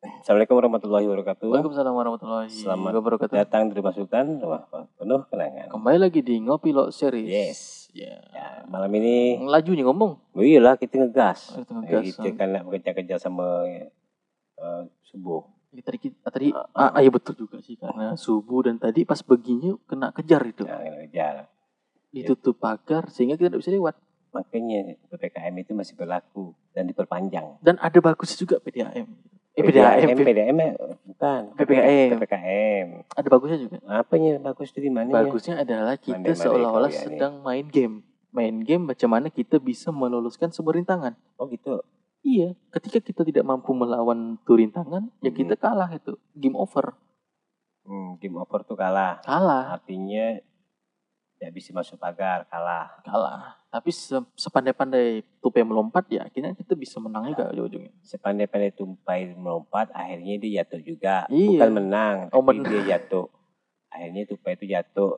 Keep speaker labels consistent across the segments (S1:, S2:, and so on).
S1: Assalamualaikum warahmatullahi wabarakatuh.
S2: Waalaikumsalam warahmatullahi
S1: Selamat
S2: wabarakatuh.
S1: Datang di rumah Sultan, rumah penuh kenangan.
S2: Kembali lagi di Ngopi Lo Series.
S1: Yes.
S2: Ya.
S1: Ya, malam ini,
S2: Laju nih ngomong.
S1: oh iyalah kita ngegas.
S2: Kita
S1: Nah,
S2: ngegas. ah.
S1: Kita kan nak bekerja-kerja sama eh, subuh.
S2: Iya, Tadi kita tadi ah, ah, iya betul juga sih karena subuh dan tadi pas beginya kena kejar itu.
S1: Nah, kena kejar.
S2: Ditutup pagar sehingga kita tidak bisa lewat.
S1: Makanya PPKM itu masih berlaku dan diperpanjang.
S2: Dan ada bagus juga PDAM. Eh, PDAM.
S1: PDAM, PDAM, eh, bukan.
S2: PPKM.
S1: PPKM.
S2: Ada bagusnya juga.
S1: Apanya bagus dari mana? ya?
S2: Bagusnya adalah kita
S1: Pandai-pandai
S2: seolah-olah
S1: kau ya, ini.
S2: sedang main game. Main game macam mana kita bisa meloloskan sebuah rintangan.
S1: Oh gitu.
S2: Iya, ketika kita tidak mampu melawan tuh rintangan, ya
S1: Mhm.
S2: kita kalah itu. Game over.
S1: Hmm, game over tuh kalah.
S2: Kalah,
S1: Artinya tidak bisa masuk pagar, kalah.
S2: kalah. Tapi se- sepandai-pandai tupai melompat ya, akhirnya kita bisa menang juga ujung-ujungnya.
S1: Iya. Sepandai-pandai tumpai melompat, akhirnya dia jatuh juga.
S2: Iya.
S1: Bukan menang, tapi
S2: Oh, menang.
S1: dia jatuh. Akhirnya tupai itu jatuh.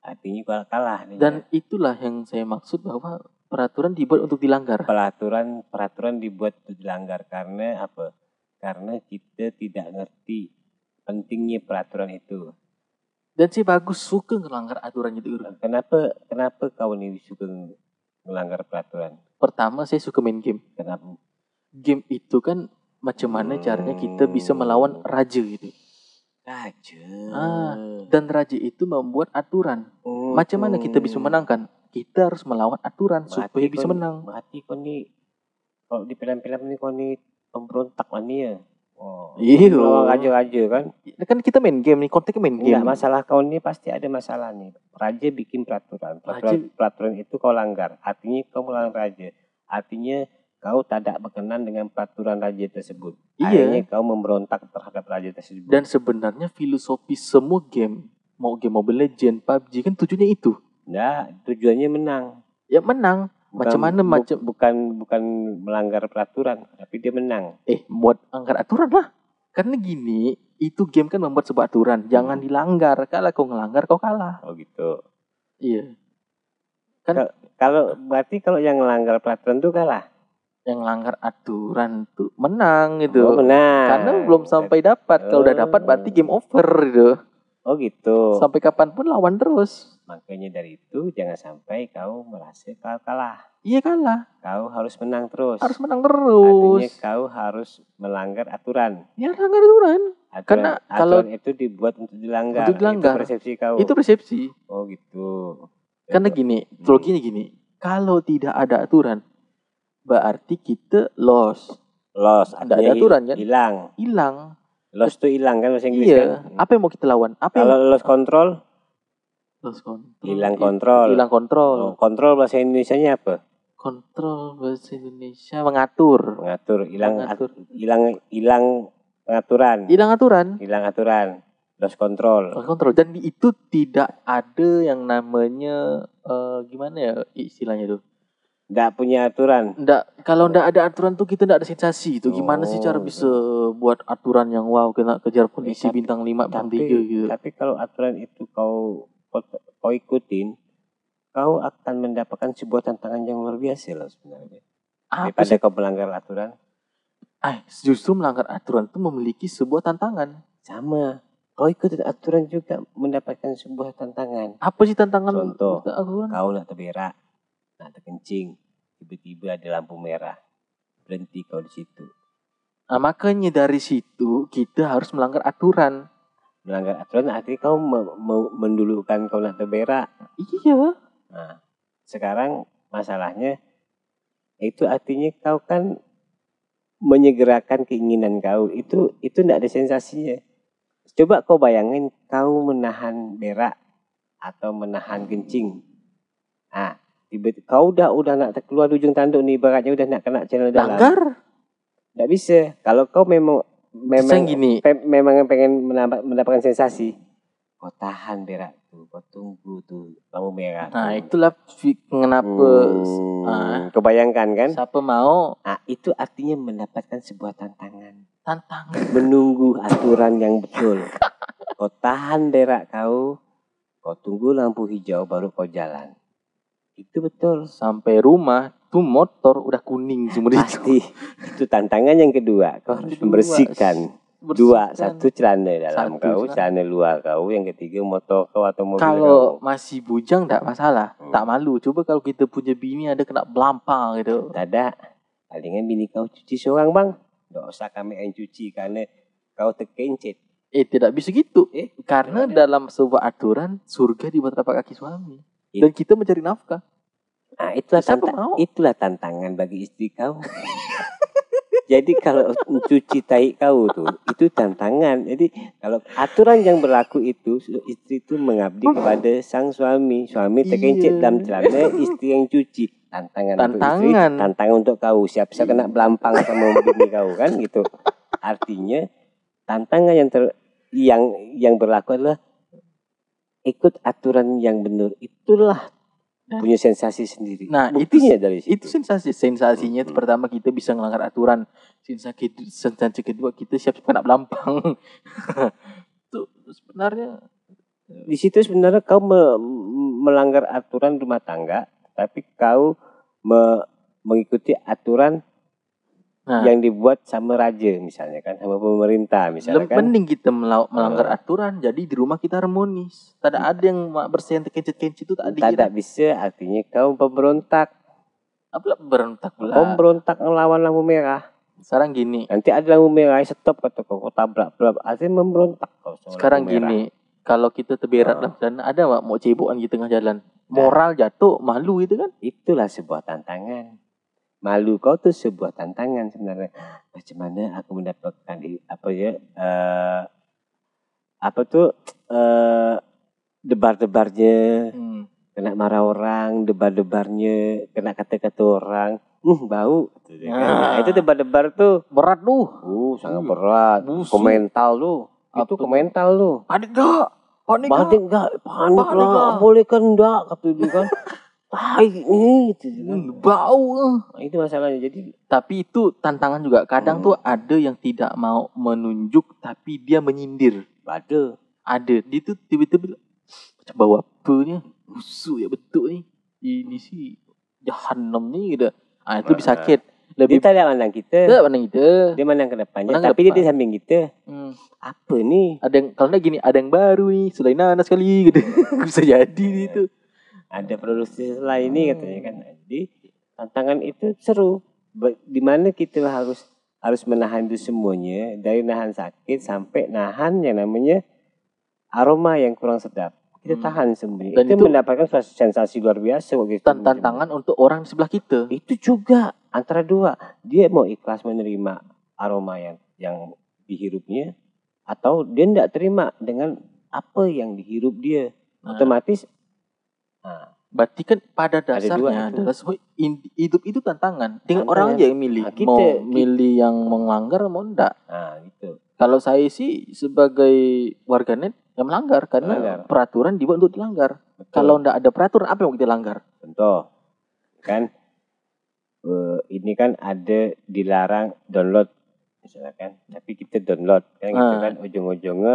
S1: Artinya kalah kalah nih.
S2: Dan itulah yang saya maksud bahwa peraturan dibuat untuk dilanggar.
S1: peraturan peraturan dibuat untuk dilanggar karena apa? Karena kita tidak ngerti pentingnya peraturan itu.
S2: Dan saya bagus suka ngelanggar aturan itu. Guru.
S1: Kenapa kenapa kau ini suka melanggar peraturan?
S2: Pertama saya suka main game.
S1: Kenapa?
S2: Game itu kan macam mana caranya kita bisa melawan raja gitu.
S1: Raja.
S2: Ah, Dan raja itu membuat aturan.
S1: Hmm.
S2: Macam mana kita bisa menangkan? Kita harus melawan aturan
S1: Berarti
S2: supaya bisa
S1: kon-
S2: menang.
S1: Berarti kau ni kalau di film-film ni kau ni pemberontak lah ni ya. Oh.
S2: Iya.
S1: Lawan raja-raja kan.
S2: Kan kita main game nih, konteknya main game.
S1: Enggak masalah kau ni pasti ada masalah nih. Raja bikin peraturan. Peraturan, peraturan itu kau langgar. Artinya kau melanggar raja. Artinya kau tidak berkenan dengan peraturan raja tersebut. Akhirnya
S2: Iya.
S1: kau memberontak terhadap raja tersebut.
S2: Dan sebenarnya filosofi semua game, mau game Mobile Legend, PUBG kan tujuannya itu.
S1: Nah, tujuannya menang.
S2: Ya menang. Macam mana
S1: bu-
S2: macam
S1: bukan bukan melanggar peraturan, tapi dia menang.
S2: eh buat angkat aturan lah. Karena gini, itu game kan membuat sebuah aturan, jangan
S1: Hmm.
S2: dilanggar. Kalau kau ngelanggar kau kalah.
S1: Oh gitu.
S2: Iya.
S1: Kalau berarti kalau yang melanggar peraturan tuh kalah.
S2: Yang langgar aturan tuh menang Oh.
S1: Oh,
S2: gitu.
S1: menang.
S2: Karena belum sampai dapat. Kalau udah dapat berarti game over gitu.
S1: Oh gitu.
S2: Sampai kapanpun lawan terus.
S1: Makanya dari itu jangan sampai kau merasa kau kalah.
S2: Iya kalah,
S1: Kau harus menang terus.
S2: harus menang
S1: Artinya
S2: terus.
S1: kau harus melanggar aturan.
S2: Ya langgar aturan.
S1: Aturan,
S2: Karena
S1: aturan
S2: kalau-
S1: itu dibuat untuk dilanggar.
S2: Untuk dilanggar.
S1: Itu persepsi kau.
S2: Itu persepsi.
S1: Oh gitu.
S2: Karena gini, loginya gini. Kalau tidak ada aturan, berarti kita lost,
S1: loss
S2: Nggak ada aturan, kan?
S1: Hilang.
S2: hilang.
S1: Loss itu hilang kan bahasa Inggris
S2: Iya.
S1: kan?
S2: Apa yang mau kita lawan? Apa yang
S1: Kalau loss control,
S2: lost control?
S1: hilang
S2: Hi-
S1: kontrol.
S2: Hilang kontrol.
S1: Oh, kontrol bahasa Indonesia-nya apa?
S2: Kontrol bahasa Indonesia mengatur.
S1: Mengatur, hilang
S2: Mengatur. Iya.
S1: hilang hilang pengaturan
S2: Hilang aturan.
S1: hilang aturan lost control
S2: Lost Control dan di- itu tidak ada yang namanya eh, gimana ya istilahnya tuh.
S1: tidak punya aturan
S2: Nggak, kalau ndak ada aturan tuh kita ndak ada sensasi itu. Gimana sih
S1: Oh,
S2: cara
S1: gitu.
S2: bisa buat aturan yang wow kena kejar polisi
S1: Ya, tapi-
S2: bintang 5 bintang
S1: tapi
S2: 3 gitu.
S1: tapi kalau aturan itu kau kau, kau ikutin kau akan mendapatkan sebuah tantangan yang luar biasa loh sebenarnya
S2: Apa
S1: daripada
S2: sih?
S1: kau melanggar aturan
S2: Ah, justru melanggar aturan itu memiliki sebuah tantangan.
S1: sama kau ikutin aturan juga mendapatkan sebuah tantangan
S2: Apa sih tantangan
S1: Contoh.
S2: untuk aturan?
S1: kau nak terberak nak terkencing tiba-tiba ada lampu merah berhenti kau di situ
S2: Nah, makanya dari situ kita harus melanggar aturan.
S1: melanggar aturan artinya kau me- me- mendulukan kau nak terberak
S2: Iya.
S1: Nah, sekarang masalahnya itu artinya kau kan menyegerakan keinginan kau. Itu itu tidak ada sensasinya. Coba kau bayangin kau menahan berak atau menahan kencing. Nah, tiba kau udah udah nak keluar di ujung tanduk nih ibaratnya udah nak kena channel dalam.
S2: Langgar.
S1: Tidak bisa. Kalau kau memang
S2: Saya
S1: memang
S2: gini,
S1: pe- memang pengen menambah- mendapatkan sensasi, kau tahan berak tuh, kau tunggu tuh lampu merah. tuh.
S2: Nah, itulah fi- kenapa
S1: Hmm,
S2: ah.
S1: kebayangkan kan?
S2: siapa mau
S1: Ah, itu artinya mendapatkan sebuah tantangan.
S2: tantangan.
S1: Menunggu aturan yang betul. Kau tahan berak kau, kau tunggu lampu hijau baru kau jalan. Itu betul.
S2: Sampai rumah satu motor udah kuning seumur itu.
S1: Pasti itu tantangan yang kedua. Kau harus
S2: Kedua,
S1: membersihkan dua,
S2: Bersihkan.
S1: satu celana dalam
S2: Satu
S1: kau,
S2: celana.
S1: celana luar kau, yang ketiga motor kau atau mobil
S2: Kalau masih bujang tak masalah,
S1: Hmm.
S2: tak malu. Coba kalau kita punya bini ada kena belampang gitu.
S1: kau. Tak ada. Palingan bini kau cuci seorang bang. Tak usah kami yang cuci karena kau terkencet.
S2: Eh tidak bisa gitu.
S1: Eh,
S2: Karena
S1: gimana?
S2: dalam sebuah aturan surga di telapak kaki suami.
S1: Iya.
S2: Dan kita mencari nafkah.
S1: Nah, itulah,
S2: Siapa
S1: tanta-
S2: mau?
S1: itulah tantangan bagi istri kau. Jadi kalau cuci tai kau tuh itu tantangan. Jadi kalau aturan yang berlaku itu istri itu mengabdi kepada sang suami. Suami terkencet
S2: Iya.
S1: dalam celana, istri yang cuci. Tantangan, untuk istri,
S2: Tantangan.
S1: tantangan untuk kau. Siap-siap kena belampang sama bini kau kan gitu. Artinya tantangan yang ter- yang yang berlaku adalah ikut aturan yang benar. Itulah
S2: Dan-
S1: punya sensasi sendiri.
S2: Nah, itu-
S1: Buktinya dari situ.
S2: Itu sensasi. Sensasinya
S1: Gitu.
S2: itu
S1: Mm-mm.
S2: pertama kita bisa melanggar aturan. Sensasi, sensasi kedua kita siap siap kena belampang. itu sebenarnya
S1: di situ sebenarnya kau me- m- melanggar aturan rumah tangga, tapi kau me- mengikuti aturan
S2: Nah.
S1: yang dibuat sama raja misalnya kan, sama pemerintah misalnya
S2: lebih
S1: kan.
S2: penting kita melau- melanggar
S1: Eh.
S2: aturan. Jadi di rumah kita harmonis. Tak
S1: Iya.
S2: ada ada yang mak bersihan terkencet-kencet itu tak ada.
S1: Tak tak bisa, artinya kau pemberontak,
S2: Apalah berontak pula.
S1: pemberontak melawan lampu merah.
S2: Sekarang gini.
S1: Nanti ada lampu merah, stop kata kau, kau tabrak, berapa artinya memberontak kau. sama
S2: Sekarang
S1: lampu merah.
S2: gini. Kalau kita terberat
S1: Eh.
S2: dalam jalan, ada mak mau cebokan di tengah jalan. Moral jatuh, malu itu kan.
S1: Itulah sebuah tantangan. Malu kau tuh sebuah tantangan sebenarnya. Macam mana aku mendapatkan i- apa ya? eh, apa tuh eh, debar-debarnya,
S2: Hmm.
S1: kena marah orang, debar-debarnya, kena kata-kata orang. Hmm, bau. Gitu dia kan. Nah,
S2: Ah.
S1: itu debar-debar tuh.
S2: Berat tuh.
S1: Uh, sangat
S2: Hmm.
S1: berat.
S2: Busuk.
S1: Komental lu. Itu
S2: Apa?
S1: komental lu.
S2: Ada gak? Panik gak?
S1: Panik enggak? Panik
S2: Panik lah.
S1: lah. Boleh kan enggak? Kata dia kan. Tai ini gitu. dia kan.
S2: Hmm, bau. eh.
S1: Nah, itu masalahnya. Jadi
S2: Tapi itu tantangan juga. Kadang
S1: Hmm.
S2: tuh ada yang tidak mau menunjuk tapi dia menyindir.
S1: Ada.
S2: Ada. Dia tuh tiba-tiba macam bawa apanya. Busuk ya betul nih. Ini sih jahanam nih gitu. Ah itu bisa
S1: Ah.
S2: sakit.
S1: Dia
S2: Lebih
S1: tak ada pandang kita.
S2: betul mana kita.
S1: Dia pandang ke depannya.
S2: Pandang ke
S1: tapi dia
S2: depan.
S1: di samping kita.
S2: Hmm.
S1: Apa ni?
S2: Ada yang kalau enggak gini, ada yang baru nih, selain nanas kali gitu. bisa jadi itu.
S1: Ada produksi lain ni
S2: Hmm.
S1: katanya kan. Jadi tantangan itu seru. Ba- Di mana kita harus harus menahan itu semuanya. Dari nahan sakit sampai nahan yang namanya aroma yang kurang sedap. Kita
S2: Hmm.
S1: tahan semuanya.
S2: Dan
S1: itu,
S2: itu-
S1: mendapatkan suatu sensasi luar biasa. waktu itu.
S2: Dan tantangan untuk orang di sebelah kita.
S1: itu juga antara dua dia mau ikhlas menerima aroma yang yang dihirupnya atau dia tidak terima dengan apa yang dihirup dia
S2: Nah.
S1: otomatis
S2: Berarti kan pada
S1: Ada dua
S2: dasarnya
S1: itu.
S2: adalah semua in- hidup itu tantangan. Tinggal
S1: Tantangan.
S2: orang aja yang milih.
S1: Nah, kita-
S2: mau
S1: kita-
S2: milih yang melanggar mau enggak.
S1: nah gitu
S2: Kalau saya sih sebagai warganet yang melanggar karena
S1: Melanggar.
S2: peraturan dibuat untuk dilanggar.
S1: Betul.
S2: Kalau enggak ada peraturan apa yang mau kita langgar?
S1: contoh kan eh, ini kan ada dilarang download misalnya kan tapi kita download kan gitu
S2: Ah.
S1: kan ujung-ujungnya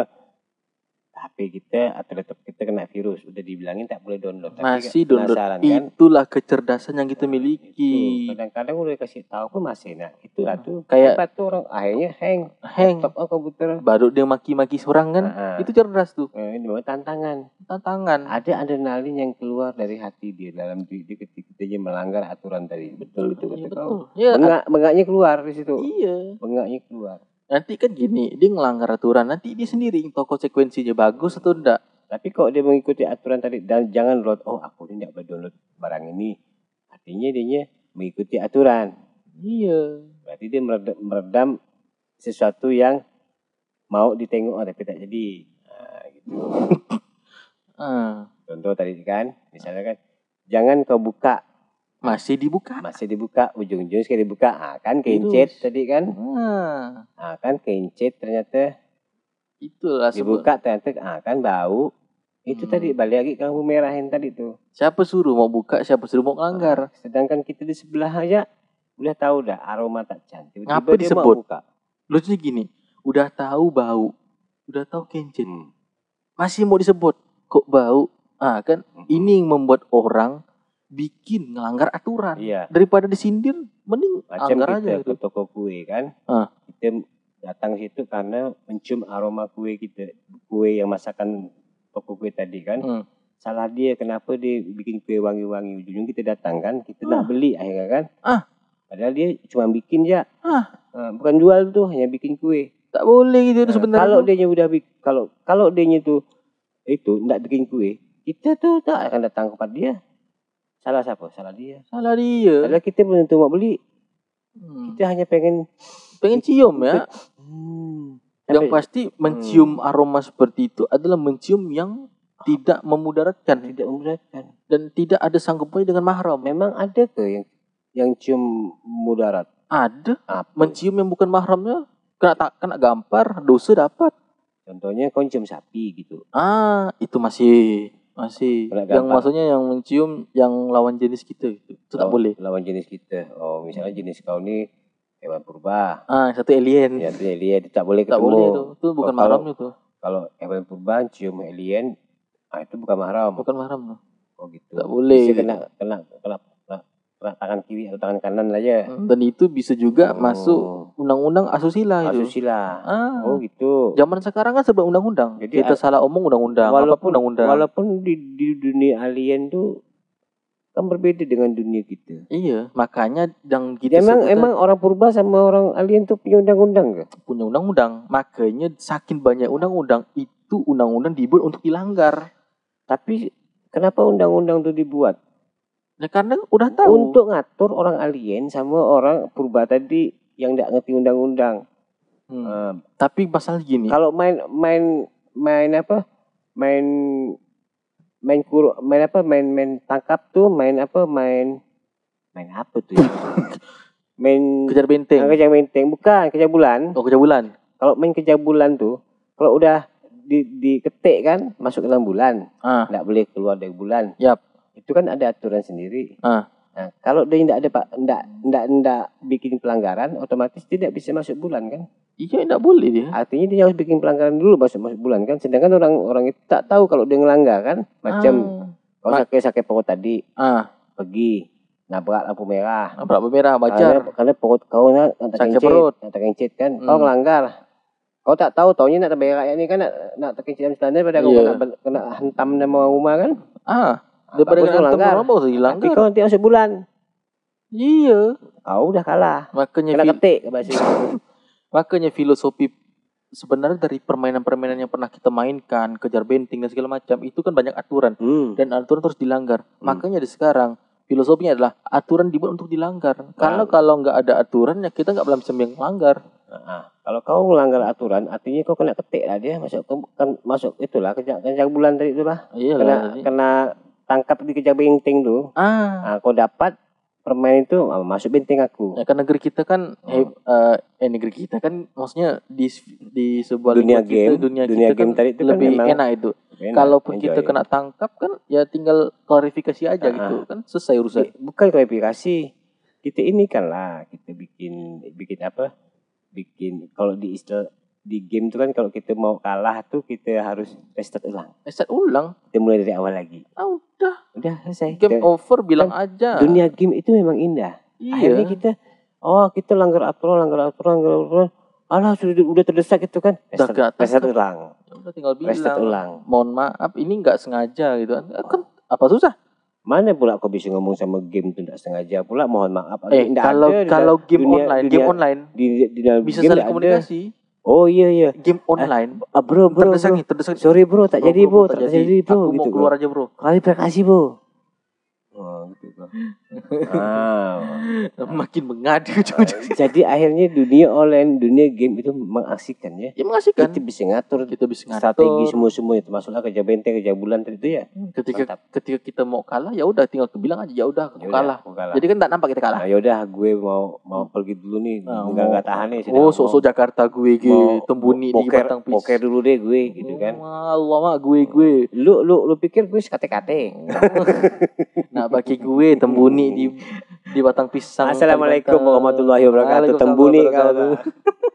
S1: HP kita atau laptop kita kena virus udah dibilangin tak boleh download tapi
S2: Masih download.
S1: penasaran kan
S2: Itulah kecerdasan yang kita
S1: Nah, itu.
S2: miliki. Nah,
S1: Kadang-kadang udah kasih tahu pun masih nak. Itu lah tuh.
S2: Kayak-
S1: Hebat tuh orang akhirnya hang
S2: Heng,
S1: laptop oh, komputer.
S2: baru dia maki-maki seorang kan?
S1: Nah,
S2: Itu cerdas tuh.
S1: nah, ini memang tantangan.
S2: Tantangan.
S1: Ada adrenalin yang keluar dari hati dia dalam diri dia ketika dia melanggar aturan tadi. Betul itu betul.
S2: Iya, betul.
S1: kau.
S2: Ya,
S1: Bengak bengaknya keluar di situ.
S2: iya.
S1: Bengaknya keluar.
S2: Nanti kan gini, dia ngelanggar aturan. Nanti dia sendiri yang tahu konsekuensinya bagus atau enggak.
S1: Tapi kalau dia mengikuti aturan tadi dan jangan download, oh aku ini tidak boleh download barang ini. Artinya dia mengikuti aturan.
S2: Iya.
S1: Berarti dia meredam, meredam sesuatu yang mau ditengok oh, tapi tak jadi. Nah, gitu.
S2: Ah,
S1: Contoh tadi kan, misalnya kan, jangan kau buka,
S2: masih dibuka.
S1: masih dibuka, ujung-ujung sekali dibuka, ah, kan keincet
S2: Virus.
S1: tadi kan,
S2: Ah,
S1: ah, kan keincet ternyata
S2: itulah sebut.
S1: dibuka ternyata ah, kan bau. Itu
S2: Hmm.
S1: tadi balik lagi ke lampu merah yang tadi tuh.
S2: Siapa suruh mau buka, siapa suruh mau
S1: Ah,
S2: ngelanggar.
S1: sedangkan kita di sebelah aja udah tahu dah aroma tak cantik. Tiba-tiba
S2: Ngapa
S1: dia mau
S2: disebut?
S1: buka.
S2: Lucunya gini, udah tahu bau, udah tahu kencet,
S1: Hmm. Hmm.
S2: masih mau disebut. Kok bau? Ah, kan ini yang membuat orang bikin ngelanggar aturan
S1: Iya.
S2: daripada disindir mending
S1: Macam ya. kita
S2: langgar aja gitu
S1: ke toko kue kan.
S2: Ah.
S1: Kita datang situ karena mencium aroma kue kita. Kue yang masakan toko kue tadi kan.
S2: Hmm.
S1: Salah dia kenapa dia bikin kue wangi-wangi. Ujung kita datang kan. Kita
S2: Ah.
S1: nak beli akhirnya kan.
S2: Ah.
S1: Padahal dia cuma bikin ya.
S2: Ah.
S1: bukan jual tuh hanya bikin kue.
S2: tak boleh gitu
S1: Nah,
S2: sebenarnya
S1: kalau dia udah bik- kalau kalau dia itu itu enggak bikin kue, kita tuh tak akan datang kepada dia. Salah siapa? Salah dia.
S2: salah dia
S1: Padahal kita belum tentu mau beli.
S2: Hmm.
S1: Kita hanya pengen
S2: pengen cium ya
S1: Hmm.
S2: yang
S1: Sampai
S2: pasti
S1: Hmm.
S2: mencium aroma seperti itu adalah mencium yang tidak memudaratkan
S1: tidak memberatkan.
S2: dan tidak ada sanggupnya dengan mahram
S1: Memang ada ke yang yang cium mudarat?
S2: ada
S1: Apa?
S2: mencium yang bukan mahramnya kena tak kena gampar dosa dapat
S1: Contohnya kau cium sapi gitu.
S2: ah itu masih masih
S1: Kena
S2: yang
S1: gampar. Oh.
S2: maksudnya yang mencium yang lawan jenis kita gitu. itu tak
S1: Lawan-
S2: boleh
S1: Lawan jenis kita. Oh, misalnya jenis kau ni hewan purba.
S2: ah yang satu alien
S1: Ya, tu dia tak boleh
S2: tak
S1: ketemu.
S2: boleh itu itu bukan
S1: Kalau-
S2: mahram itu
S1: kalau hewan purba cium alien ah itu bukan mahram
S2: bukan mahram tuh.
S1: oh gitu
S2: tak boleh
S1: Bisa
S2: gitu.
S1: kena, kena kena kena kena tangan kiri atau tangan kanan aja
S2: dan itu bisa juga masuk undang-undang asusila itu
S1: Oh. asusila
S2: ah
S1: oh gitu
S2: zaman sekarang kan sebab undang-undang
S1: Jadi
S2: kita salah omong undang-undang
S1: walaupun
S2: apapun undang-undang
S1: walaupun di, di dunia alien tuh kan berbeda dengan dunia kita Ya,
S2: iya makanya yang kita
S1: emang
S2: sebut
S1: emang orang purba sama orang alien tuh punya undang-undang ke
S2: punya undang-undang makanya saking banyak undang-undang itu undang-undang dibuat untuk dilanggar
S1: tapi kenapa undang-undang tuh dibuat
S2: ya karena udah tahu
S1: untuk ngatur orang alien sama orang purba tadi yang tidak ngerti undang-undang
S2: Hmm.
S1: Eh,
S2: tapi masalah gini
S1: Kalau main main main apa? Main main kuru, main apa? Main main tangkap tuh, main apa? Main main apa tuh? Ya? main
S2: kejar
S1: ah,
S2: benteng
S1: kerja menteng bukan kerja bulan.
S2: oh kejar bulan
S1: Kalau main kerja bulan tuh, kalau udah di diketik kan masuk dalam bulan,
S2: ah
S1: nggak boleh keluar dari bulan.
S2: Yap.
S1: Itu kan ada aturan sendiri.
S2: Ah.
S1: Nah, kalau dia tidak ada pak, tidak tidak tidak bikin pelanggaran, otomatis dia tidak bisa masuk bulan kan?
S2: iya tidak boleh dia
S1: Artinya dia harus bikin pelanggaran dulu masuk masuk bulan kan. Sedangkan orang orang itu tak tahu kalau dia ngelanggar kan. Macam kalau
S2: Ah. Ma-
S1: sakit sakit perut tadi
S2: ah
S1: pergi nabrak lampu merah.
S2: ah berapa merah
S1: Karena,
S2: wajar
S1: karena perut kau nak nak
S2: Sakit
S1: terkencit,
S2: perut.
S1: nak terkencit kan. Kau
S2: Hmm.
S1: ngelanggar. Kau tak tahu taunya nak terberak ya ni kan nak, nak terkencit dalam celana pada kau
S2: Iya.
S1: kena, kena hentam nama rumah kan.
S2: ah daripada
S1: Bagus
S2: kena
S1: dilanggar.
S2: antam orang bagus
S1: Tapi
S2: dilanggar
S1: kau nanti masuk bulan.
S2: iya
S1: Kau udah kalah.
S2: makanya
S1: Kena
S2: fil-
S1: ketik ke bahasa Inggris.
S2: Makanya filosofi sebenarnya dari permainan-permainan yang pernah kita mainkan, kejar benteng dan segala macam, itu kan banyak aturan
S1: Hmm.
S2: dan aturan terus dilanggar.
S1: Hmm.
S2: Makanya di sekarang filosofinya adalah aturan dibuat untuk dilanggar.
S1: Nah.
S2: Karena kalau nggak ada aturan ya kita nggak bisa melanggar.
S1: Ah, kalau kau melanggar aturan, artinya kau kena ketik lah dia masuk ke, kan, masuk itulah kerja kerja bulan tadi itulah.
S2: Iya
S1: Kena
S2: lah. jadi-
S1: kena tangkap di kerja benteng tuh. Ah,
S2: Ah,
S1: kau dapat permain itu ah, masuk benteng aku.
S2: ya kan negeri kita kan
S1: Hmm.
S2: eh, eh, eh, negeri kita kan maksudnya di di sebuah
S1: Dunia
S2: lingkup
S1: game,
S2: kita, dunia,
S1: dunia
S2: kita
S1: game
S2: kan
S1: tadi itu kan
S2: lebih
S1: memang
S2: enak itu.
S1: Enak,
S2: Kalaupun kita
S1: enjoy.
S2: kena tangkap kan ya tinggal klarifikasi aja
S1: Ah,
S2: gitu kan selesai urusan.
S1: Di- bukan klarifikasi. Kita ini kan lah kita bikin bikin apa? Bikin kalau di istilah di game itu kan kalau kita mau kalah tuh kita harus restart ulang.
S2: Set Eh, ulang.
S1: Kita mulai dari awal lagi.
S2: Ah udah
S1: Udah selesai.
S2: game
S1: Kita-
S2: over bilang
S1: Iya.
S2: aja.
S1: Kan dunia game itu memang indah.
S2: iya.
S1: Akhirnya kita oh kita langgar aturan, langgar aturan, langgar aturan. Alah sudah udah terdesak gitu kan.
S2: Udah
S1: Restart,
S2: gak
S1: restart
S2: tangkap.
S1: ulang,
S2: Ya udah tinggal
S1: restart
S2: bilang.
S1: ulang.
S2: Mohon maaf ini nggak sengaja gitu kan. Eh, kan apa susah?
S1: Mana pula kau bisa ngomong sama game itu tidak sengaja pula mohon maaf.
S2: Eh
S1: Nggak
S2: kalau
S1: ada di
S2: kalau game
S1: dunia-
S2: online,
S1: dunia-
S2: game online
S1: dalam- di, di dalam
S2: bisa
S1: game
S2: saling
S1: nggak ada.
S2: komunikasi.
S1: Oh iya iya.
S2: Game online.
S1: Ah, bro bro.
S2: terdesak
S1: bro.
S2: nih, terdesak.
S1: Sorry bro, tak jadi bro, tak,
S2: tak
S1: jadi bro
S2: Aku
S1: gitu.
S2: mau
S1: kan.
S2: keluar aja bro.
S1: Klarifikasi bro. Oh, gitu kan. Ah.
S2: Makin mengadu
S1: Nah,
S2: ujung-ujung.
S1: Jadi akhirnya dunia online, dunia game itu mengaksikan ya.
S2: Ya mengasihkan.
S1: Kita bisa ngatur
S2: Kita bisa
S1: strategi
S2: Gitu. ngatur.
S1: semua semuanya termasuklah kerja benteng kerja bulan tadi itu ya
S2: Ketika
S1: Mantap.
S2: ketika kita mau kalah ya udah tinggal bilang aja ya udah aku
S1: Yaudah,
S2: kalah.
S1: aku kalah
S2: Jadi kan tak nampak kita kalah.
S1: nah, yaudah gue mau mau pergi dulu nih
S2: Nah,
S1: nggak
S2: mau-
S1: nggak tahan nih sedang
S2: Oh, sok-sok Jakarta gue
S1: mau- mau
S2: gitu, tembuni di
S1: boker,
S2: batang Oh.
S1: boker dulu deh gue gitu kan
S2: Allah mak gue gue.
S1: lu lu lu pikir gue sekate-kate
S2: Nah bagi gue tembuni di di batang pisang.
S1: assalamualaikum warahmatullahi wabarakatuh
S2: Waalaikumsalam
S1: tembuni kau
S2: wabarakatuh.
S1: tak.